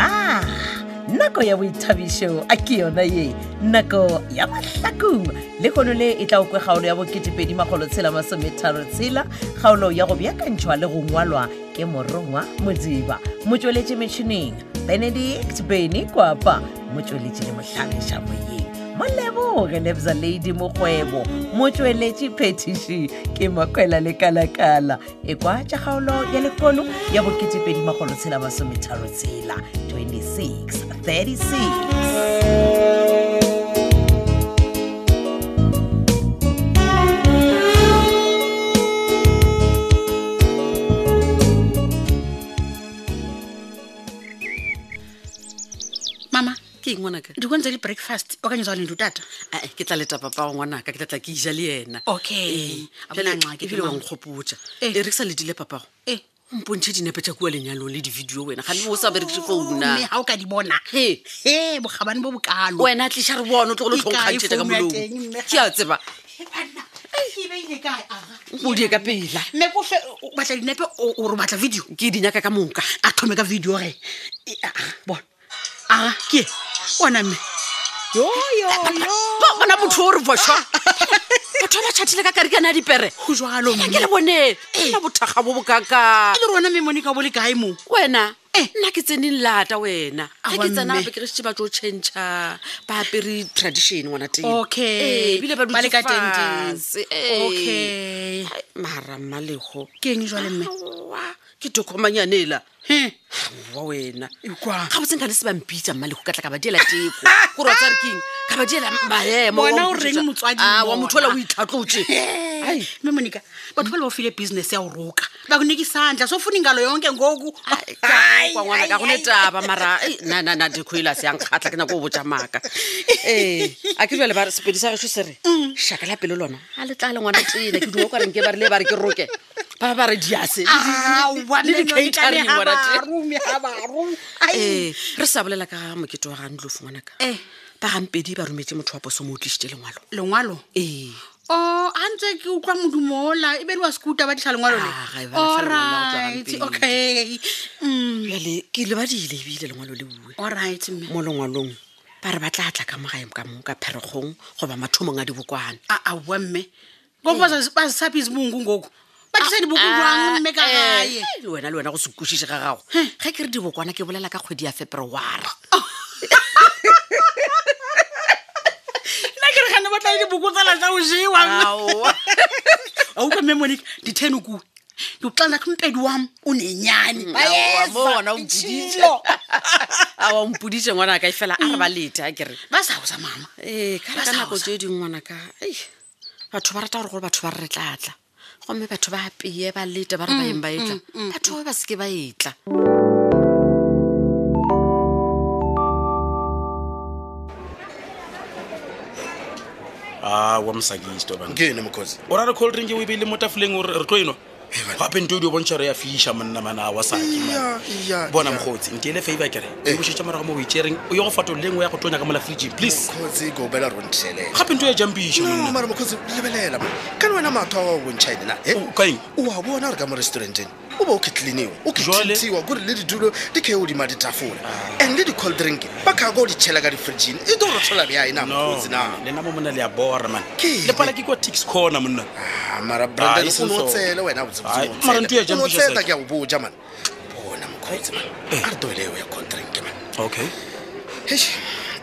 Ah, nako ya boithabišo a ke yona ye nako ya mahlakong le kgono le e tla o kwe kgaolo ya bo2 kgaolo ya go beakantšhwa le go ngwalwa ke morongwa modiba motsweletše metšhineng benedict beny kwapa motsweletše le mohlagiša moyeng moleboge lebza ladi mokgwebo motsweletši phetiši ke makwela le kalakala e kwa tša kgaolo ya lekolo ya bo2 26 36 mama ke eng ngwanaka di kwantse le breakfast o kanyetsa lento tata ae ke tla leta papago ngwanaka ke tla tla ke ija le ena Oh, okay ebile wa nkgopotsa Eh. e re ke sa letile papago Eh. o mpontšhe dinepe tša kua lenyalong le di-video wena gane o sa berekise Oh, founa ga o ka di bona He. he bogabane bo bokalo wena a tliša re bone o tlogole E kae tlhonkgantšhetša ka founu ya teng, molomo mme? ke a tseba He, Eh, banna, ai, ke beile kae, aga? modie ka pela mme kofe o batla dinepe o- ore o batla video ke dinyaka ka moka a thome ka video ge E, aga, bona aga ke e, ona mme Eh, Ba- bona motho o re bošwa batho ba tšhatile ka kare kana a dipere go jalo mme ke le bone Eh. na bothaga bo bokaka le rona mme mone ka bo le kae moo wena Eh. nna ke tseneng lata wena ga Aowa, ke tsena mme. ape kerešite ba tlo changea ba apere tradition ngwana teng Eh, Okay. ebile Ba le ka teng teng. Okay. Eh. okay mara mmalego ke eng jwale mme Aowa, ke tokomanyanela He. wa wena E kwa. ga botseng ka ne se bampitsa mmalego ka tla ka ba diela teko gore wa tsare keng ka ba diela maemo Bona o wa reng mpotsa. motswadi Ah, wa motho ola o bona. itlhatlotse Ai, mme monica batho ba le bafile ibhizinesi yawuruka bakunike isandla sofuna ingalo yonke ngoku Ah, Ai, ai, kwangwanaka ai. gone taba mara ei, na na na dikgoela se yankgatlha ke nako o botja maaka ee a ke jale bare sepedi sa gešo se re šaka la pelo lona a Mm. le tla le ngwana tena ke dumo kwareng ke ba rile ba re ke roke ba ba ba re diase le Aowa, di- mme le di- le Monica, di-catering ha ngwana tena. baru, mme ha baru. Ai. ee re sa bolela ka ga mokete wa gantlo fo ngwanaka Eh. ba gampedi ba rometse motho wa poso mo o tlisitse lengwalo Eh, lengwalo ee o ga ntse ke utlwa modumo ola e be le wa sekuta ba ditlha lengwalo le Ah, ga e ba ditlha lengwalo la ho tswa allright gampedi. okay jale ke lebadile ebile lengwalo le bue allright mme mo lengwalong ba re ba tla tla ka mogaeng ka mong ka pherekgong goba mathomong a dibokwana aowa mme ngoko ba sesapi sebongu ngoku ba tlisa diboku jwang mme ka Ah, gae eh, le wena le wena go se kwešiše ga gago ge ke re dibokwana ke bolela ka kgwedi ya feperewara nna ke re gane ba tlae diboku tsala tsa o jewang awuka memonika nditheni kuwe ndiwuxela kumpedi wam unenyani Mm, mpodie ngwanaka e fela a re ba lete a kere bazawuza mama ee ka re ka Ba sa nako osa. tse dingwe ngwanaka ei batho ba rata gore gore batho ba re re tlatla gomme batho ba apeye ba lete ba re baeng ba etla batho ba ba seke ba e etla awa mosakisto banke ke ene mokgotsi o rare cold drink o e beile mo tafoleng ore re tlo e eno Hei, Eh, bana. gape nto o di bontšha re ya fiša monna mana a wa saki Iya, Eh. iya, bona iya. mogotsi nke ele faiba kere o bošetša morago mo boitšereng o ye go fatole ngwe ya go tonya ka mola fridgeng please kgotsi ke o bela ronthelela gape nto ya jampiša no monna mara mokgotsi lebelela ma ka le wena matho a wa bontšhaene na e O- kaeng o a bona gore ka mo restauranteng o ba o ketliniwa o Jwale? Ah. ketlitiwa kore le didulo di ke odima ditafola and le di-cold drink ba kaka o di tšhela ka di-frigine e tlo rotlhola bjae na no mokgotsi na lena mo monna Oh, le a bora man Ke le pala ke kwa tix corner monna Ah, mara Ah, e branden o seng ne so. o tsele wena Ai, mara ntho e ya jampiša otsetsa saki. ke a o boja mane bona mokgotsi man Eh. a re toeleo ya cold drink man okay hesh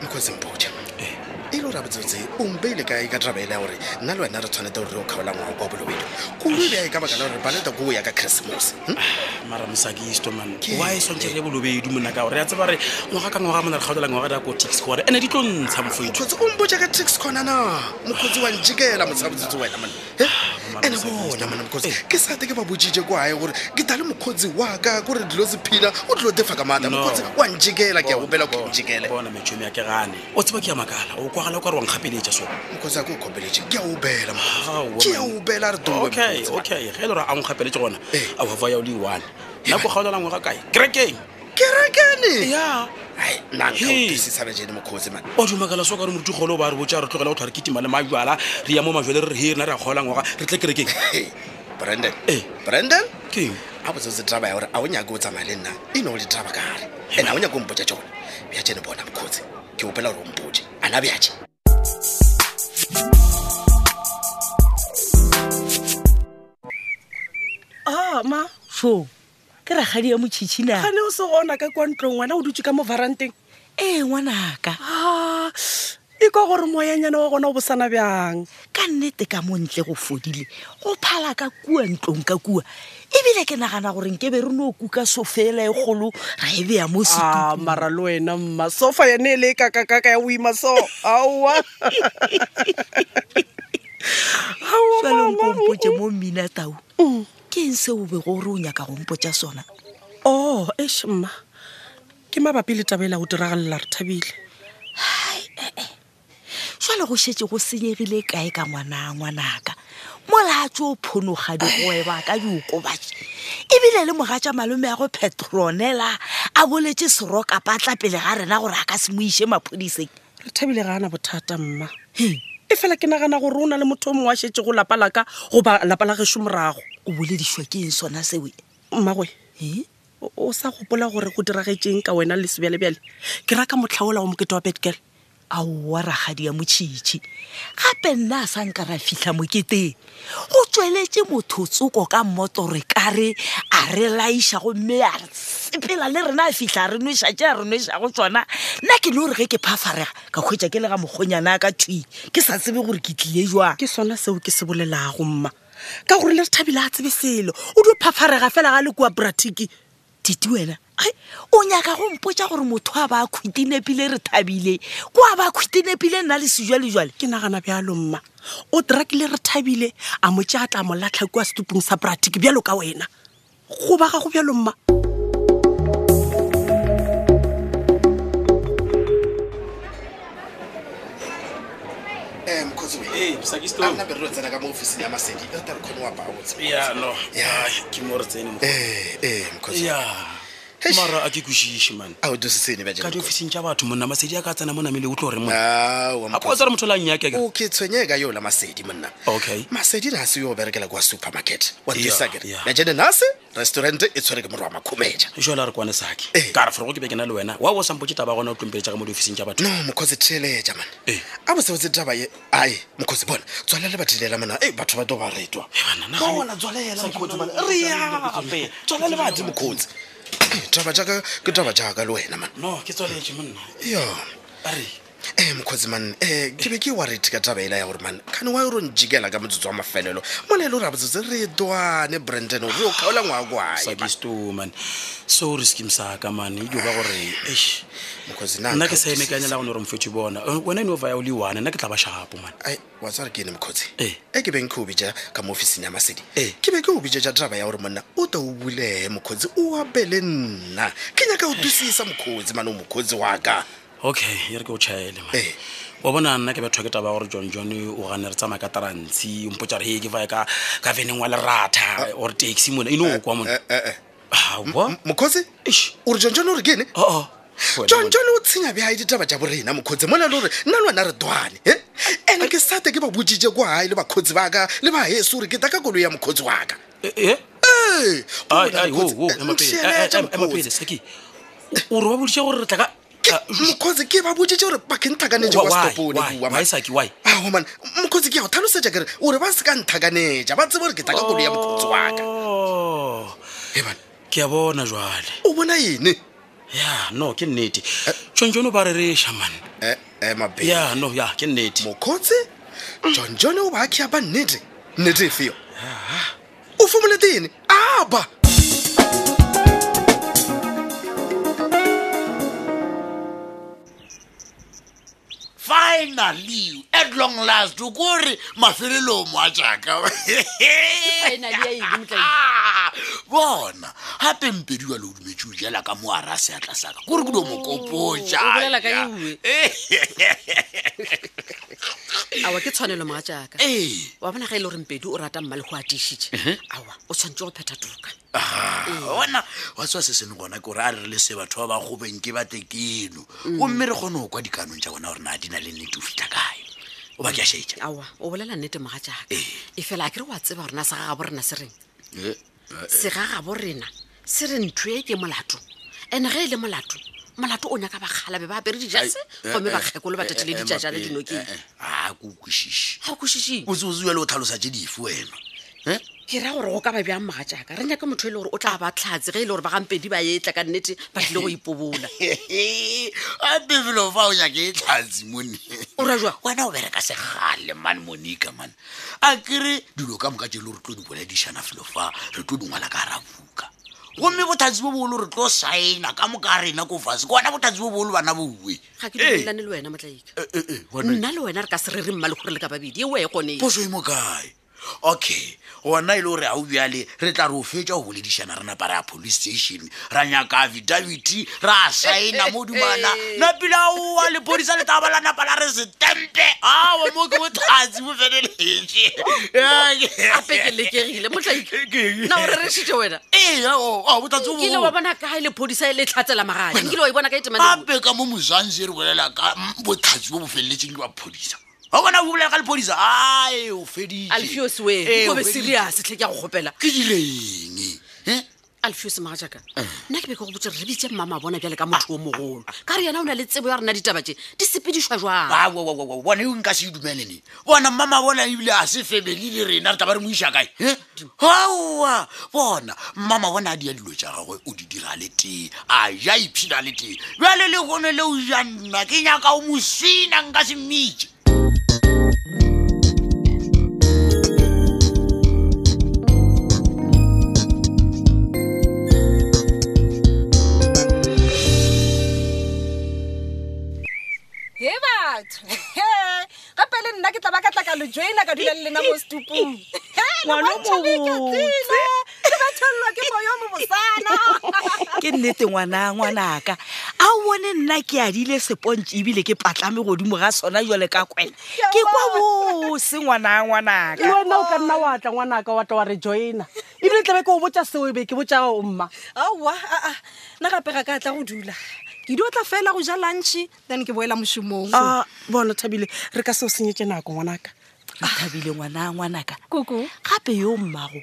mokgotsi mpoja Eh. e le gore a botsetse o mpeile kae ka taba ele ya gore nna le wena re tshwanete gore re o kgaola ngwao kwa bolobedu kudu bjae ka baka la gore baleta koo ya ka christmas hm? Eh. mara mosakisto man Ke wa e swantšhe re ye bolobedu monnaka gore ya tseba re ngwaga ka ngwaga mona re kgaolela ngwaga da ko tix corner ande di tlo ntsha mofoeto mokgotsi o mpoja ka tax cona na mokgotsi wa njekela motshabotsetse wena mone Ah, ande bona mone mokgotsi Eh. ke sate ke ba botsitse kwae gore ke ta le mokgotsi wa ka kore dilo sephila o dilo defa ka maata No. mokgotsi wa njekela ke a opela ko Bona, njekele bona metšhomi ya ke gane o tseba ke ya makala o kwagala o ka re wankgapeletša so mokgotsi a ke o kopeletše ke a opela Ao, mokgotsi ke Ah, a woman. opela a re dobe okay mokgotsi, man. okay ge e le gore a nkgapeletše gona Eh. a bofa ya o le one nna ko kgaolela ngwaga kae kerekeng kerekene ya ai nna nka Hei. utlwisisana jene mokgotsi man o dumakela so ka re morutikgolo ba re botsa re tlogela go tlhwa re ketima le majala re ya mo majale re re he rena re a kgaola ngwaga re tle kerekeng Hei, brandon Eh. brandon keng a botse tse traba ya gore a o nyake o tsamaya le nna e ne o le traba kare and a o nyake o mpotsa tsone bja tšene bona mokgotsi ke opela gore o mpotse a na bjae ama sho ke ragadi ya motšhitšhina gane o se gona ka kwa ntlong ngwana o dutse ka mo varanteng ee Eh, ngwanaka a e kwa gore moyanyana wa gona o bosana bjang ka nnete ka montle go fodile go phala ka kua ntlong ka kua ebile ke nagana gore nke be re no kuka sofela e kgolo ra e beya mo setu a mara le wena mma sofa yane e le e kakakaka ya boima so aowa salonkompotse mo mmina tau ke eng se o be gore o nyaka gompotsa sona o eš Oh, mma ke mabapi le tabela go diragalela re thabile jale go šetse go senyegile kae ka ngwana ngwanaka molatse o phonogadi go eba ka diokobatše ebile le mogatša malome ya go petronela a boletse seroka patla pele ga rena gore a ka se mo iše maphodiseng re thabile ga ana bothata mma Hei. e fela ke nagana gore o na le motho o mongwe a šetse go lapa laka goba lapa la geso morago o boledišwa ke eng sona seoe mmagwe e o- o sa gopola gore go diragetseng ka wena le sebjalebjale ke raka motlhaola wa mokete wa betgal aowa ragadi ya motšhitšhi gape nna a sanka ra fitlha moketeng go tsweletse motho tsoko ka mmotore kare a re laiša gomme a re sepela le rena a fitlha a re noša tše a re nošago tsona nna ke le gore ge ke phafarega ka kgwetsa ke le ga mokgonyana a ka thwi ke sa tsebe gore ke tlile jwang ke sona seo ke se bolelago mma ka gore le re thabile a tsebe selo o dio phapharega fela ga le kua bratiki tite wena ai, o nyaka go mpotsa gore motho a ba a kgwithinepile re thabile ko a ba a kgwithinepile nna le sejwalejwale ke nagana bjalo mma o drakile re thabile a motse a tla molatlha kua setupong sa bratiki bjalo ka wena goba gago bjalo mma um mokgotsi we Ee, Sakis a Tom. nna be re lo tsena ka mo ofising ya masedi re tla re kgone wa paotse Ya, no. Ya. Ai, ke mo re tsene mo ee ee mokgotsi ya Eish. mara a ke kwešiše mane a o dusetsene ka diofising tja batho monna masedi a ka tsena mo namele o tlo gore mona a bjaoke kotsa re motho le a nnyakeka tshwenye ka yola masedi monna Okay. masedi na se yo o berekela kwa supermarket Yeah, wantisakere yeah. bjajane nase restaurante e tshwere ke morwa makhumetša jale a re kwane sake Ee. ka re forogo ke be ke na le wena wa bo sampotse taba ya gona o tlompeletša ka mo diofising tja batho no mokgotsi theletša mane Eh. a boseotse taba ye ae mokgotsi bona tswalela le bathelela mona e batho ba to ba retwa bana, nagane- bona tswalela mokgotsi bana re yape tswalela le batho mokgotsi Eh, taba jaaka ke taba jaaka le wena man no ke tswaletse monna yo are ee mokgotsi man um ke be ke warete ka taba ela ya gore man kgane wa ro njikela ka motsotso wa mafelelo mole le gore a botsotse re dwane brandon ore o kgaola e ngwa kwae sakistoman so re skim saka mane edio ka gore eish, mokgotsi nna ke sa emekanyela gone gore mofetho bona Eh, wena eno vaya o le one nna ke tla ba shapo mane ai wa tsware ke ene mokgotsi Eh. e ke beng ke o bija ka mo ofising ya masedi Eh. ke be ke o bija ja taba ya gore monna o to o bulege mokgotsi o apele nna ke nyaka o tusisa mokgotsi mane o mokgotsi wa ka okay e re ke o chaele man Eh. wa bona nna ke betho ke taba ya gore john john o gane re tsamaya ka tarantsi ompotsa re he ke vae ka ka veneng wa leratha or taxi mona eno o kwa Eh, mona Mm, awa mokgotsi Eish. ore jonjone ore ke ene oo Wena john monna. john o tshenya bjae ditaba tša borena mokgotsi mola le gore nna le wena re dwane e ande ke sate ke ba botsitse kwae le bakgotsi ba ka le baheso gore ke ta ka koloi ya mokgotsi wa ka Eh, eh? ee Ai, ai, wo, wo, ema pele. Eh, eh, mokgotsi em- ema pele, Saki. o re wa boditše gore re tla ka Ah, mokgotsi ke ba botsitse gore ba ke nthakaneje Why, kwa stopone why, why, Saki, why? aoman mokgotsi ke ya go tlhalosetša kere ore ba se ka nthakaneja ba tsebe gore ke taka koloi ya mokgotsi wa ka Oh, ebane ke a bona jwale o bona ene ya no ke nnete Eh. tsontsone o ba rereša mane mabele ya no ya ke nnete mokgotsi john john o ba akgea ba nnete nnete e feo o fomolete ene aba finally at long last o kore mafelelo o moa jaaka finally ya eng, Motlae? bona gape mpedi wa le o dumetse o jela ka mo ara seatla saka kore ke dio mokopotsa o bolela ka ye uwe. awa ke tshwanelo moga jaaka Eh. ee wa bona ga e le gore mpedi o rata mma le go atišitše awa o tshwanetse go phetha toka Ee, bona wa tswa se sene gona ke gore a re le se batho ba ba gobeng ke batekeno gomme re kgone go kwa dikanong tsa bona gore na di na le nnete o fitlha kae o ba ke a šaitša awa o bolela nnete moga jaaka e fela a kere wa tseba gorena sa gagabo rena se reng segagabo rena se re ntho e ke molato and ge e le molato molato o nyaka bakgalabe ba apere dijase eh, gomme bakgekolo ba tetile dijajana dinokeng a ko okwešiše ga o kwešišeng botseotsea le o tlhalosa tse dife wena Eh? ke ra gore go ka ba bjang moga jaaka re nyaka motho e le gore o tla ba tlhatse ge e le gore ba gampedi ba etla ka nnete ba tlile go ipobola gape felo fa o nyake e tlhatsi mone O ra jwang? wena o bereka segale mane monica mane a kere dilo ka moka tsele re tlo di boledišana felo fa re tlo dingwala ka gara buka gomme bothatsi bo bolo re tlo saena ka moka rena ko fase ke ona bothatsi bo bolo bana boue ga ke dumelane le wena motlaika nna le wena re ka se re re mma le gore le ka babedi e wee gone poso e mo kae okay gona e le gore ga o bjale re tla re o fetsa go boledišana re napa re ya police station ra nyaka affidavity ra saena mo dumana napile aoa lepodisa le taba la napa la re setempe aa mo ke bothatsi bo gape ke lekegile motlaika nna ore re šitse wena Ee, kile wa fedelegeeape bona kae lephodisa e le tlhatsela magadi kile wa e bona ka etemane ka mo mozanse re bolela ka mm, bothatsi bo bo feleletseng ke baphodisa ga bona bo bolela ka lephodisa ae o fedie alfios we kobe serius tlhe ke ya go kgopela ke dileng eh? alfios maga jaaka nna ke be ke go botse re re bitse mmama bona bjale ka motho o mogolo ka re yena o na le tsebo ya rena ditaba tse di sepedišwa jwang Wa- wa- wa- wa- wa- bona eo nka se edumelene bona mmama bona ebile a se family le rena re taba re mo isa kae aa bona mmama bona a dia dilo tja gagwe o di dira le tee a ja iphina le tee bjale le gone leo ja nna ke nyaka o mosina nka se mmitše he batho gape le nna ke tla ba ka tla ka lo joina ka dula le lena mo stupung Ngwana o ngwanomobotsele ke bathololwa ke moyo mo bosana ke nnete ngwana ngwanaka a o bone nna ke adile sepontse ebile ke patlame godimo ga sona jale ka kwena ke kwa bose le ngwana ngwanaka wena o ka nna wa tla ngwanaka wa tla wa re joina ebile tlabe ke o botsa seo ebe ke botsa o mma aowa aa nna gape ga ka tla go dula ke dio tla fela go ja lunche then ke boela mošomong a bona thabile re ka seo senyetse nako ngwanaka re thabile ngwana ngwanaka koko gape yo mmago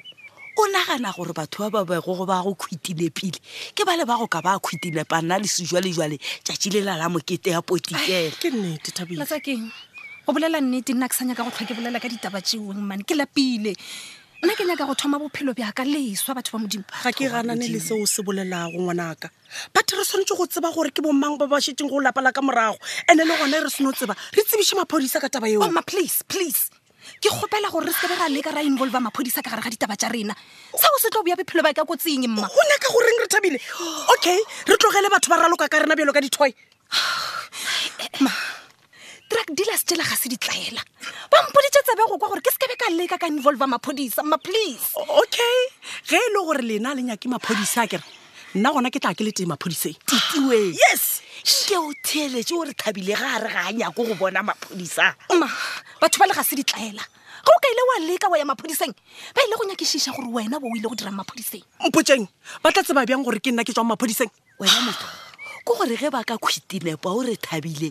o nagana gore batho ba ba bego ba go kgwitilepile ke ba le ba go ka ba kgwitilepa nna le sejwalejwale tšatši le la la mokete ya potikela ke nnete thabile latsa keng go bolela nnete nna ke sa nyaka go tlhoa ke bolela ka ditaba tseong mane ke lapile nna ke nyaka go thoma bophelo bjaka leswa batho ba modimo ga ke ganane le seo se bolelago ngwanaka but re tshwanetse go tseba gore ke bomang ba ba šetseng go lapala ka morago and-e le gone re seno tseba re tsebiše maphodisa ka taba eo oma Oh, please please ke kgopela gore re sebe ra leka ra involva maphodisa ka gare ga ditaba tja rena seo se tlo boya bophelo ba ka kotsing mma go nyaka goreng re thabile okay re tlogele batho ba raloka ka rena bjelo ka dithoi truck dealers jela ga se di tlaela ba mpoditse tsebe go kwa gore ke sekebe ka leka ka involva maphodisa mma please okay ge e le gore lena le nyake maphodisa a kere nna gona ke tla ke le teng maphodiseng titiwe yes ke o theeletse gore thabile ga a re ga a nyako go bona maphodisa mma batho ba le ga se di tlaela ga o ka ile wa leka wa ya maphodiseng ba ile go nyakešiša gore wena bo o ile go dirang maphodiseng mpotseng ba tla tseba bjang gore ke nna ke tswang maphodiseng wena motho ke gore ge ba ka kgwitinepa o re thabile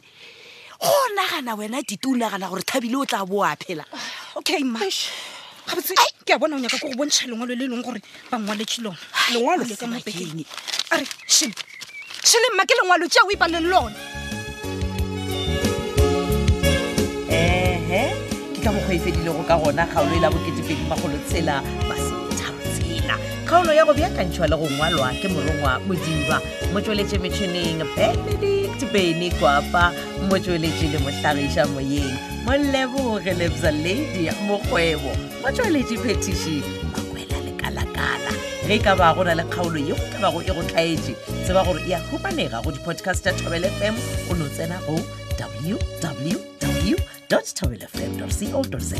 go nagana wena tite o nagana gore thabile o tla boa phela okay mma gabotse ke a bona o nyaka ko go bontšha lengwalo le e leng gore ba ngwaletše lona Lengwalo? Le ka mo bekeng. a re shele shele mma ke lengwalo tšea o ipaleng lona ehe ke ka mokgwa e fedilego ka gona kgaolo e la bo2edimagolotshela maseetharotshela kgaolo ya go beakantšhwa le go ngwalwa ke morongwa modiba motsweletše metšhineng benedict beny kwapa motsweletše le mohlagiša moyeng moleboge lebza lady mokgwebo motsweletše phetiši makwela lekalakala ge ka ba go na le kgaolo yeo ka bago e go tlhaetše tseba gore e a humanega go di-podcast tša tobel fm o no tsena go www tobelfm co za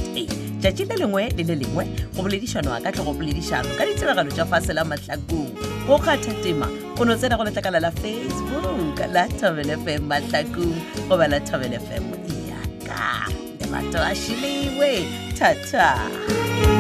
tšatši le lengwe le le lengwe go boledišanwa ka tlhogopoledišano ka ditseregalo tša fase la mahlakong go kgatha tema o no tsena go letlakala la facebook la tobel fm mahlakong goba la e tobel fm eaka lerato a šilewe thata